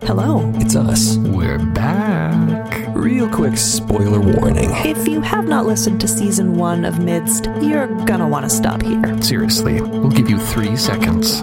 Hello. It's us. We're back. Real quick spoiler warning. If you have not listened to season one of Midst, you're gonna wanna stop here. Seriously, we'll give you three seconds.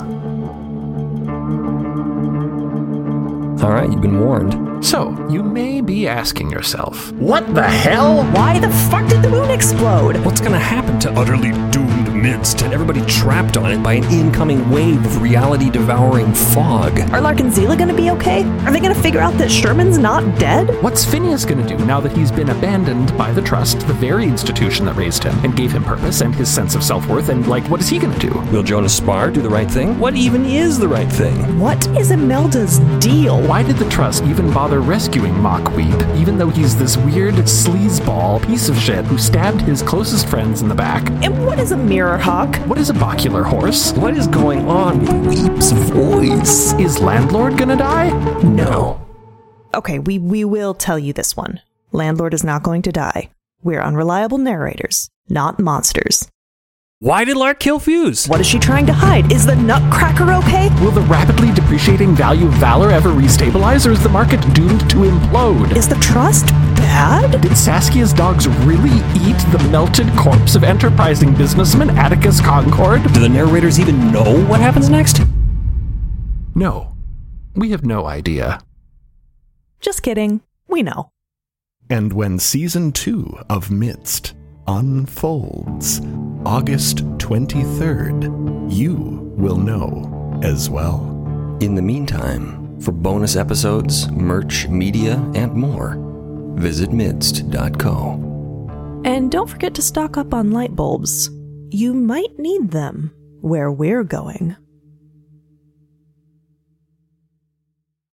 All right, you've been warned. So, you may be asking yourself, What the hell? Why the fuck did the moon explode? what's going to happen to utterly doomed midst and everybody trapped on it by an incoming wave of reality devouring fog? Are Lark and Zila gonna be okay? Are they gonna figure out that Sherman's not dead? What's Phineas going to do now that he's been abandoned by the trust, the very institution that raised him and gave him purpose and his sense of self worth? And, like, what is he going to do? Will Jonas Spar do the right thing? What even is the right thing? What is Imelda's deal? Why did the Trust even bother rescuing Mockweep, even though he's this weird sleazeball piece of shit who stabbed his closest friends in the back? And what is a mirror hawk? What is a bocular horse? What is going on with Weep's voice? Is Landlord gonna die? No. Okay, we, we will tell you this one. Landlord is not going to die. We're unreliable narrators, not monsters. Why did Lark kill Fuse? What is she trying to hide? Is the nutcracker okay? Will the rapidly depreciating value of valor ever restabilize, or is the market doomed to implode? Is the trust bad? Did Saskia's dogs really eat the melted corpse of enterprising businessman Atticus Concord? Do the narrators even know what happens next? No. We have no idea. Just kidding. We know. And when season two of Midst unfolds August 23rd, you will know as well. In the meantime, for bonus episodes, merch, media, and more, visit midst.co. And don't forget to stock up on light bulbs. You might need them where we're going.